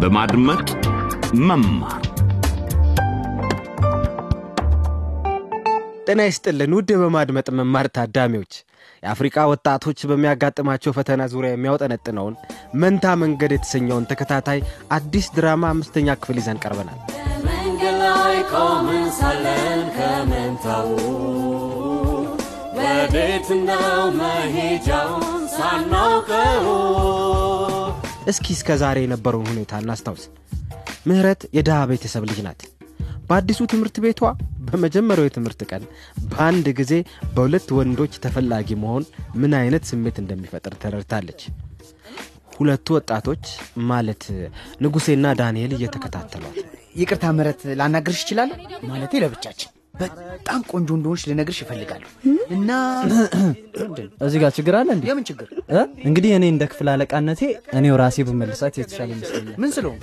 በማድመጥ መማር ጤና ይስጥልን ውድ በማድመጥ መማር ታዳሚዎች የአፍሪቃ ወጣቶች በሚያጋጥማቸው ፈተና ዙሪያ የሚያውጠነጥነውን መንታ መንገድ የተሰኘውን ተከታታይ አዲስ ድራማ አምስተኛ ክፍል ይዘን ቀርበናል መንገድ ላይ ቆመን ሳለን ከመንታው ወዴት ነው መሄጃውን ሳናውቀው እስኪ እስከ ዛሬ የነበረውን ሁኔታ እናስታውስ ምህረት የድሃ ቤተሰብ ልጅ ናት በአዲሱ ትምህርት ቤቷ በመጀመሪያው የትምህርት ቀን በአንድ ጊዜ በሁለት ወንዶች ተፈላጊ መሆን ምን አይነት ስሜት እንደሚፈጥር ተረድታለች ሁለቱ ወጣቶች ማለት ንጉሴና ዳንኤል እየተከታተሏት ይቅርታ ምረት ላናግርሽ እችላለሁ ማለቴ ለብቻችን በጣም ቆንጆ እንደሆንሽ ልነግርሽ እፈልጋለሁ እና ምንድን ነው? እዚህ ጋር ችግር አለ እንዴ? የምን ችግር እ? እንግዲህ እኔ እንደ ክፍል አለቃነቴ እኔው ራሴ ብመልሳት የተሻለ ይመስለኛል። ምን ስለሆንኩ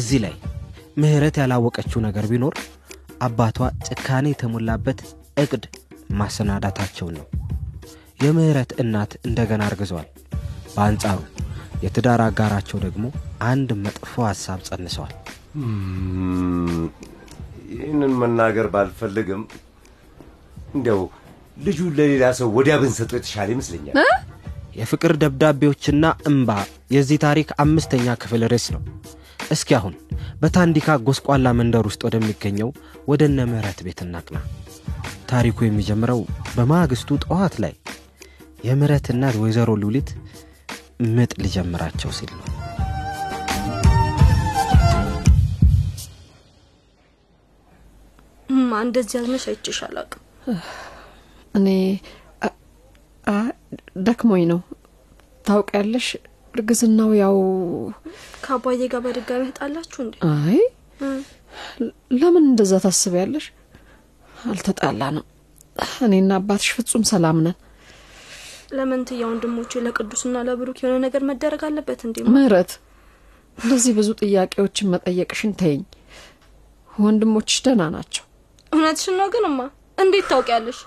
እዚህ ላይ ምህረት ያላወቀችው ነገር ቢኖር አባቷ ጭካኔ የተሞላበት እቅድ ማሰናዳታቸውን ነው የምህረት እናት እንደገና አርግዘዋል በአንጻሩ የትዳር አጋራቸው ደግሞ አንድ መጥፎ ሐሳብ ጸንሰዋል ይህንን መናገር ባልፈልግም እንዲያው ልጁን ለሌላ ሰው ወዲያ ብንሰጠው የተሻለ ይመስለኛል የፍቅር ደብዳቤዎችና እምባ የዚህ ታሪክ አምስተኛ ክፍል ርዕስ ነው እስኪ አሁን በታንዲካ ጎስቋላ መንደር ውስጥ ወደሚገኘው ወደ እነ ምህረት ቤት እናቅና ታሪኩ የሚጀምረው በማግስቱ ጠዋት ላይ የምህረት እናት ወይዘሮ ሉሊት ምጥ ሊጀምራቸው ሲል ነው እማ እንደዚህ አዝመሽ አይቼሽ አላውቅም። እኔ አ- አ- ደክሞኝ ነው ታውቂያለሽ። እርግዝናው ያው ከአባዬ ጋር በድጋሚ ተጣላችሁ እንዴ? አይ ለምን እንደዛ ታስቢያለሽ? አልተጣላንም። እኔና አባትሽ ፍጹም ሰላም ነን። ለመንትያ ወንድሞቼ ለቅዱስና ለብሩክ የሆነ ነገር መደረግ አለበት እንዴ? ምህረት፣ እንደዚህ ብዙ ጥያቄዎችን መጠየቅሽን ተይኝ። ወንድሞችሽ ደህና ናቸው። እውነትሽን ነው ግን እማ፣ እንዴት ታውቂያለሽ?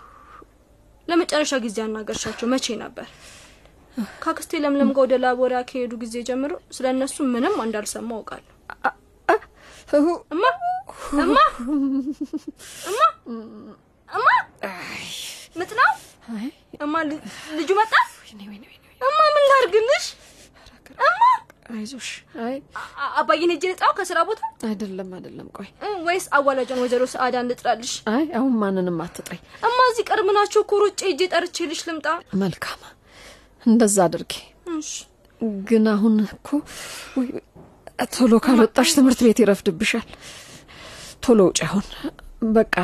ለመጨረሻ ጊዜ ያናገርሻቸው መቼ ነበር? ካክስቴ ለምለም ጋር ወደ ላቦሪያ ከሄዱ ጊዜ ጀምሮ ስለ እነሱ ምንም እንዳልሰማ አውቃለሁ። እማ እማ እማ እማ ምጥ ነው አይ እማ ል- ልጁ መጣ። እማ ምን ላርግልሽ? እማ አይዞሽ። አይ አ- አባዬን ሄጄ ልጥራው ከስራ ቦታ አይደለም አይደለም፣ ቆይ እ፣ ወይስ አዋላጇን ወይዘሮ ሰዓዳ እንጥራልሽ? አይ አሁን ማንንም አትጥሪ። እማ እዚህ ቅርብ ናቸው እኮ ሮጬ ሄጄ ጠርቼልሽ ልምጣ። መልካም፣ እንደዛ አድርጊ። እሺ ግን አሁን እኮ ውይ፣ ውይ፣ ቶሎ ካልወጣሽ ትምህርት ቤት ይረፍድብሻል። ቶሎ ውጭ አሁን። በቃ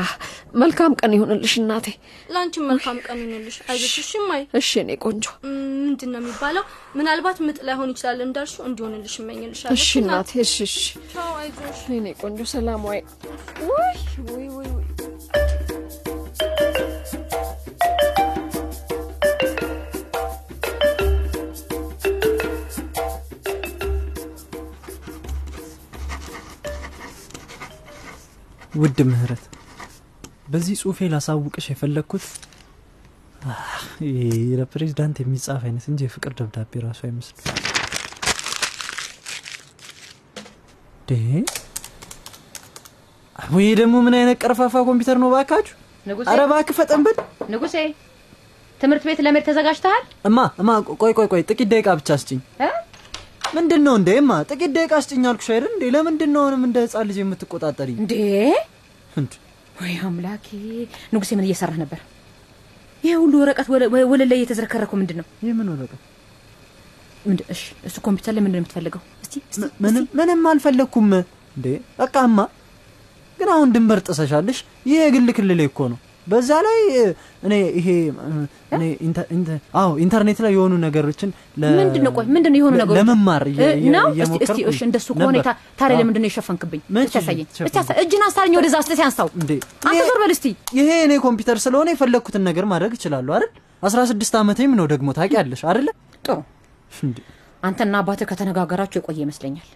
መልካም ቀን ይሁንልሽ እናቴ። ለአንቺም መልካም ቀን ይሁንልሽ። አይዞሽ እሺ እማዬ። እሺ እኔ ቆንጆ። ምንድን ነው የሚባለው? ምናልባት ምጥ ላይሆን ይችላል እንዳልሽው እንዲሆንልሽ እመኝልሻለሁ። እሺ እናቴ። እሺ እሺ ቻው፣ አይዞሽ። እኔ ቆንጆ። ሰላም ወይ ወይ ወይ ወይ ወይ። ውድ ምህረት፣ በዚህ ጽሁፌ ላሳውቅሽ የፈለግኩት አህ፣ ይሄ ለፕሬዚዳንት የሚጻፍ አይነት እንጂ የፍቅር ደብዳቤ ራሱ አይመስል ወይ ደግሞ ምን አይነት ቀርፋፋ ኮምፒውተር ነው ባካችሁ! ንጉሴ አረ እባክህ ፈጠን በል። ንጉሴ ትምህርት ቤት ለመሄድ ተዘጋጅተሃል እማ እማ ቆይ ቆይ ቆይ ጥቂት ደቂቃ ብቻ ስጭኝ እ? ምንድን ነው እንዴ እማ ጥቂት ደቂቃ ስጭኝ አልኩሽ አይደል እንዴ ለምንድን ነው አሁንም እንደ ህፃን ልጅ የምትቆጣጠሪኝ እንዴ እንድ ወይ አምላኬ ንጉሴ ምን እየሰራህ ነበር ይህ ሁሉ ወረቀት ወለ- ወ- ወለል ላይ እየተዝረከረኩ ምንድን ነው የምን ወረቀት ምንድን እሺ እሱ ኮምፒውተር ላይ ምንድን ነው የምትፈልገው እስቲ እስቲ ም- ምንም ምንም አልፈለግኩም እንዴ በቃ እማ ግን አሁን ድንበር ጥሰሻለሽ ይህ የግል ክልሌ እኮ ነው በዛ ላይ እ፣ እኔ ይሄ እ፣ እኔ ኢንተ- ኢንተ- አዎ ኢንተርኔት ላይ የሆኑ ነገሮችን ለ- ምንድን ነው ቆይ ምንድን ነው የሆኑ ለ- ነገሮች ለመማር እየ- እ፣ እየ- ነው እስቲ እስቲ እየሞከርኩኝ እሺ እንደሱ ከሆነ ነበር። ታ- ታዲያ አዎ። ለምንድን ነው የሸፈንክብኝ መች እስቲ አሳየኝ እስቲ ሸፈንኩ? አሳ- እጅን አስታርኝ ወደዛ እስቲ አንስታው እንዴ አንተ ዞር በል እስቲ ይሄ እኔ ኮምፒውተር ስለሆነ የፈለግኩትን ነገር ማድረግ እችላለሁ አይደል አስራ ስድስት ዓመቴም ነው ደግሞ ታውቂያለሽ አይደለ ጥሩ እንዴ አንተና አባትህ ከተነጋገራችሁ የቆየ ይመስለኛል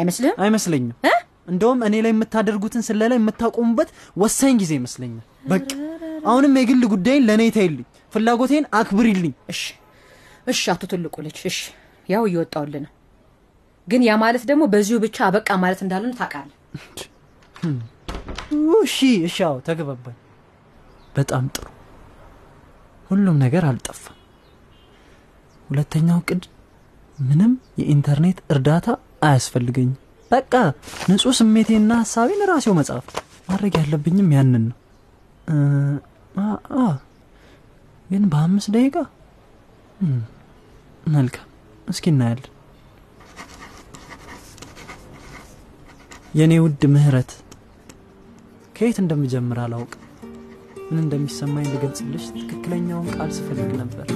አይመስልህም አይመስለኝም እ? እንደውም እኔ ላይ የምታደርጉትን ስለላይ የምታቆሙበት ወሳኝ ጊዜ ይመስለኛል በቃ አሁንም የግል ጉዳይን ለእኔ ተይልኝ ፍላጎቴን አክብሪልኝ እሺ እሺ አቶ ትልቁ ልጅ እሺ ያው እየወጣውልን ነው ግን ያ ማለት ደግሞ በዚሁ ብቻ አበቃ ማለት እንዳልሆነ ታውቃለህ። እሺ እሺ፣ አዎ ተግባባኝ። በጣም ጥሩ። ሁሉም ነገር አልጠፋም። ሁለተኛው ቅድ ምንም የኢንተርኔት እርዳታ አያስፈልገኝም። በቃ ንጹህ ስሜቴና ሀሳቤን ራሴው መጽሐፍ ማድረግ ያለብኝም ያንን ነው። እ፣ አ አ፣ ግን በአምስት ደቂቃ እም፣ መልካም፣ እስኪ እናያለን። የእኔ ውድ ምህረት ከየት እንደምጀምር አላውቅ። ምን እንደሚሰማኝ ልገልጽልሽ ትክክለኛውን ቃል ስፈልግ ነበር።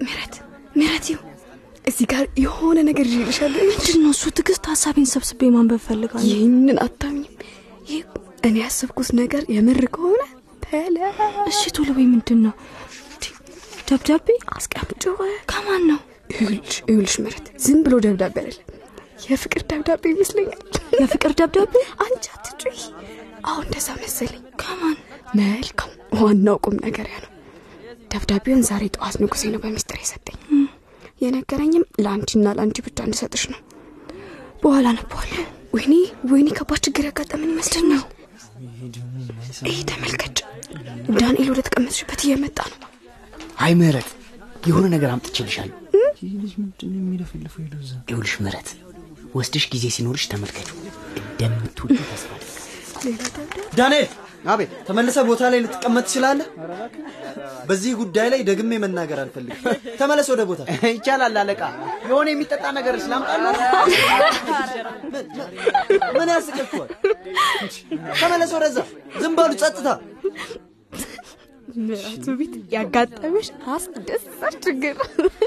ምህረት ምህረት ይሁ እዚህ ጋር የሆነ ነገር ይልሻለሁ። ምንድን ነው እሱ? ትዕግስት ሀሳቤን ሰብስቤ ማንበብ ፈልጋለሁ። ይህንን አታምኝም። ይህ እኔ ያሰብኩት ነገር የምር ከሆነ ተለ እሺ ቶሎ በይ። ምንድን ነው ደብዳቤ አስቀምጮ ከማን ነው? ይኸውልሽ ይኸውልሽ ምህረት ዝም ብሎ ደብዳቤ አይደለም፣ የፍቅር ደብዳቤ ይመስለኛል። የፍቅር ደብዳቤ አንቺ አትጩይ። አሁን እንደዛ መሰለኝ። ከማን መልካም። ዋናው ቁም ነገር ያ ነው። ደብዳቤውን ዛሬ ጠዋት ንጉሴ ነው በሚስጥር የሰጠኝ። የነገረኝም ለአንቺና ለአንቺ ብቻ እንድሰጥሽ ነው። በኋላ አነበዋለሁ። ወይኔ ወይኔ፣ ከባድ ችግር ያጋጠምን ይመስል ነው። ይህ ተመልከች፣ ዳንኤል ወደ ተቀመጥሽበት እየመጣ ነው። አይ ምህረት፣ የሆነ ነገር አምጥቼልሻለሁ። ይኸውልሽ ምህረት፣ ወስድሽ ጊዜ ሲኖርሽ ተመልከች። እንደምትወድ ተስፋ ዳንኤል አቤት ተመልሰ ቦታ ላይ ልትቀመጥ ትችላለህ በዚህ ጉዳይ ላይ ደግሜ መናገር አልፈልግም ተመለስ ወደ ቦታ ይቻላል አለቃ የሆነ የሚጠጣ ነገር ስላምጣለ ምን ያስቀጥቷል ተመለስ ወደዛ ዝም በሉ ጸጥታ ምራቱ ቤት ያጋጠመሽ አስደሳች ችግር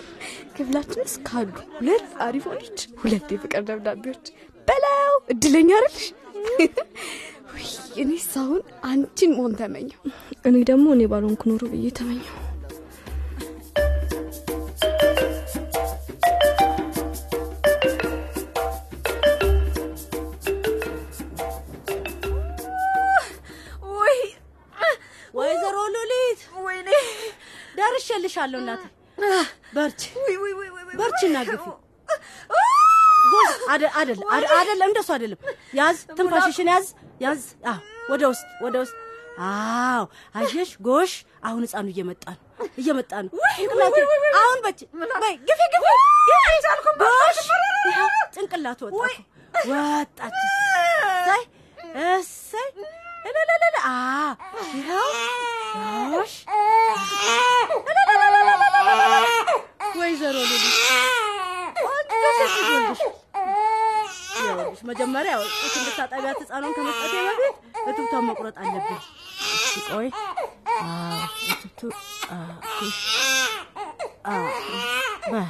ክፍላችን ውስጥ ካሉ ሁለት አሪፎች ሁለት የፍቅር ደብዳቤዎች በላው እድለኛ አይደልሽ ውይ እኔ ሳሁን አንቺን መሆን ተመኘው እኔ ደግሞ እኔ ባልሆንኩ ኖሮ ብዬ ተመኘው። ውይ ወይዘሮ ሉሊት ወይኔ ደርሼልሻለሁ እናቴ። በርቺ በርቺ እና ግፊ ጎዝ አደ- አደለ አደ- አደለም እንደሱ አደለም። ያዝ ትንፋሽሽን ያዝ ያዝ። አዎ ወደ ውስጥ ወደ ውስጥ። አዎ አየሽ ጎሽ፣ አሁን ህፃኑ እየመጣ ነው እየመጣ ነው። ጭንቅላቱ አሁን በች በይ ግፊ ግፊ ጎሽ፣ ይኸው ጭንቅላቱ ወጣ እኮ። ወጣች። እሰይ እሰይ እለለለለ አ ይኸው ጎሽ እለለለለለለለ። ወይዘሮ ሉሊት ይኸውልሽ መጀመሪያ ያው ጡት እንድታጠቢያት ህፃኑን ከመስጠቴ በፊት እትብቷን መቁረጥ አለብን። እስኪ ቆይ አዎ፣ እትብቱ አዎ፣ እሺ፣ አዎ፣ በይ፣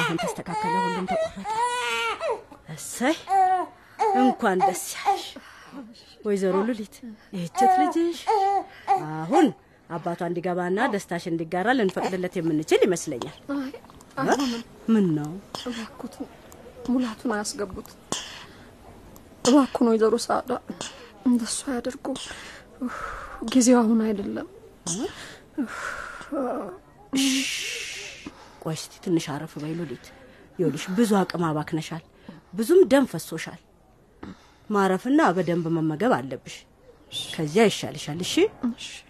አሁን ተስተካከለ፣ ሁሉም ተቆረጠ። እሰይ እንኳን ደስ ያለሽ ወይዘሮ ሉሊት ይህችት ልጅሽ አሁን አባቷ እንዲገባና ደስታሽ እንዲጋራ ልንፈቅድለት የምንችል ይመስለኛል። ምን ነው እባክዎትን ሙላቱን አያስገቡት እባክዎን ወይዘሮ ሳዳ እንደሱ አያደርጉ ጊዜው አሁን አይደለም ቆይ እስቲ ትንሽ አረፍ በይ ሉሊት። ይኸውልሽ ብዙ አቅም አባክነሻል፣ ብዙም ደም ፈሶሻል። ማረፍና በደንብ መመገብ አለብሽ። ከዚያ ይሻልሻል። እሺ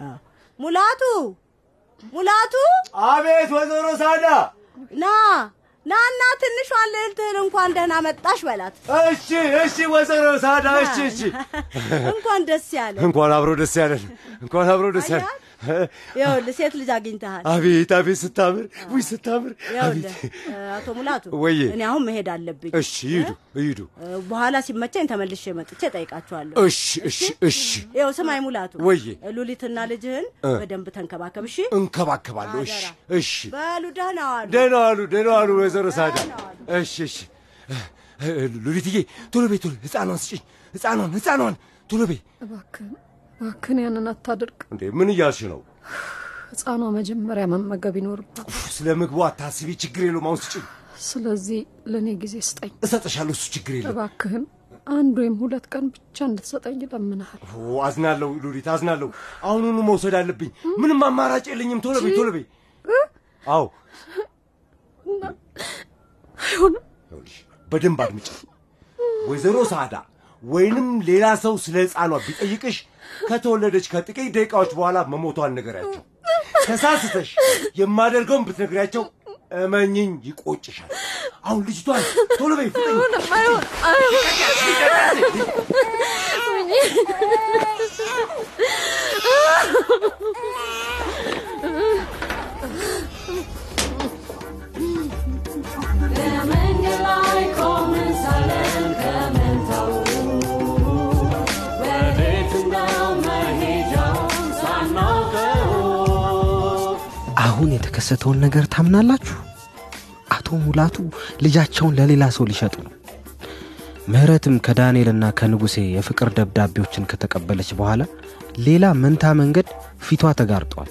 አዎ። ሙላቱ ሙላቱ፣ አቤት ወይዘሮ ሳዳ ና ና ና ትንሿን ልዕልትህን እንኳን ደህና መጣሽ በላት። እሺ እሺ፣ ወይዘሮ ሳዳ እሺ እሺ። እንኳን ደስ ያለ። እንኳን አብሮ ደስ ያለን፣ እንኳን አብሮ ደስ ያለን። ይኸውልህ ሴት ልጅ አግኝተሃል። አቤት አቤት፣ ስታምር ውይ፣ ስታምር ይኸውልህ እ፣ አቶ ሙላቱ ወዬ። እኔ አሁን መሄድ አለብኝ። እሺ፣ ይሂዱ ይሂዱ። እ፣ በኋላ ሲመቸኝ ተመልሼ መጥቼ ጠይቃችኋለሁ። እሺ እሺ እሺ፣ ይኸው ስማኝ ሙላቱ፣ ወዬ። ሉሊትና ልጅህን እ። በደንብ ተንከባከብ። እሺ እንከባከባለሁ። እሺ እሺ፣ በሉ ደህና ዋሉ። ደህና ዋሉ፣ ደህና ዋሉ ወይዘሮ ሳዳ። እሺ እሺ፣ ሉሊትዬ ቶሎ በይ ቶሎ፣ ህፃኗን ስጭኝ፣ ህፃኗን ህፃኗን ቶሎ በይ። እባክህን እባክህን ያንን አታድርግ። እንዴ ምን እያልሽ ነው? ህፃኗ መጀመሪያ መመገብ ይኖርባት። ስለ ምግቡ አታስቢ፣ ችግር የለውም። አሁን ስጭኝ፣ ስለዚህ ለእኔ ጊዜ ስጠኝ እሰጥሻለሁ። እሱ ችግር የለውም። እባክህን አንድ ወይም ሁለት ቀን ብቻ እንድትሰጠኝ ለምንሃል። ኦ፣ አዝናለሁ ሉሊት፣ አዝናለሁ። አሁኑኑ መውሰድ አለብኝ። ምንም አማራጭ የለኝም። ቶሎ በይ፣ ቶሎ በይ። አዎ አይሆንም። ይኸውልሽ፣ በደንብ አድምጪ። ወይዘሮ ሳዳ ወይንም ሌላ ሰው ስለ ሕፃኗ ቢጠይቅሽ ከተወለደች ከጥቂት ደቂቃዎች በኋላ መሞቷን ንገሪያቸው። ተሳስተሽ የማደርገውን ብትነግሪያቸው እመኝኝ ይቆጭሻል። አሁን ልጅቷን ቶሎ በይ ፍጠኝ። አይሆንም፣ አይሆንም፣ አይሆንም። ወይኔ። መንገድ ላይ ቆምን ሳለን ከመንታው ወዴት ነው መሄጃውን ሳናውቀው አሁን የተከሰተውን ነገር ታምናላችሁ? አቶ ሙላቱ ልጃቸውን ለሌላ ሰው ሊሸጡ ነው። ምህረትም ከዳንኤልና ከንጉሴ የፍቅር ደብዳቤዎችን ከተቀበለች በኋላ ሌላ መንታ መንገድ ፊቷ ተጋርጧል።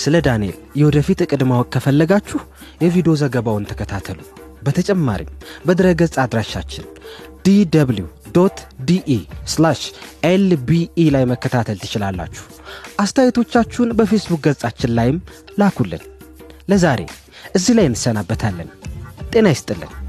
ስለ ዳንኤል የወደፊት እቅድ ማወቅ ከፈለጋችሁ የቪዲዮ ዘገባውን ተከታተሉ። በተጨማሪም በድረገጽ አድራሻችን ዲw ዲኢ ኤልቢኢ e ላይ መከታተል ትችላላችሁ። አስተያየቶቻችሁን በፌስቡክ ገጻችን ላይም ላኩልን። ለዛሬ እዚህ ላይ እንሰናበታለን። ጤና ይስጥልን።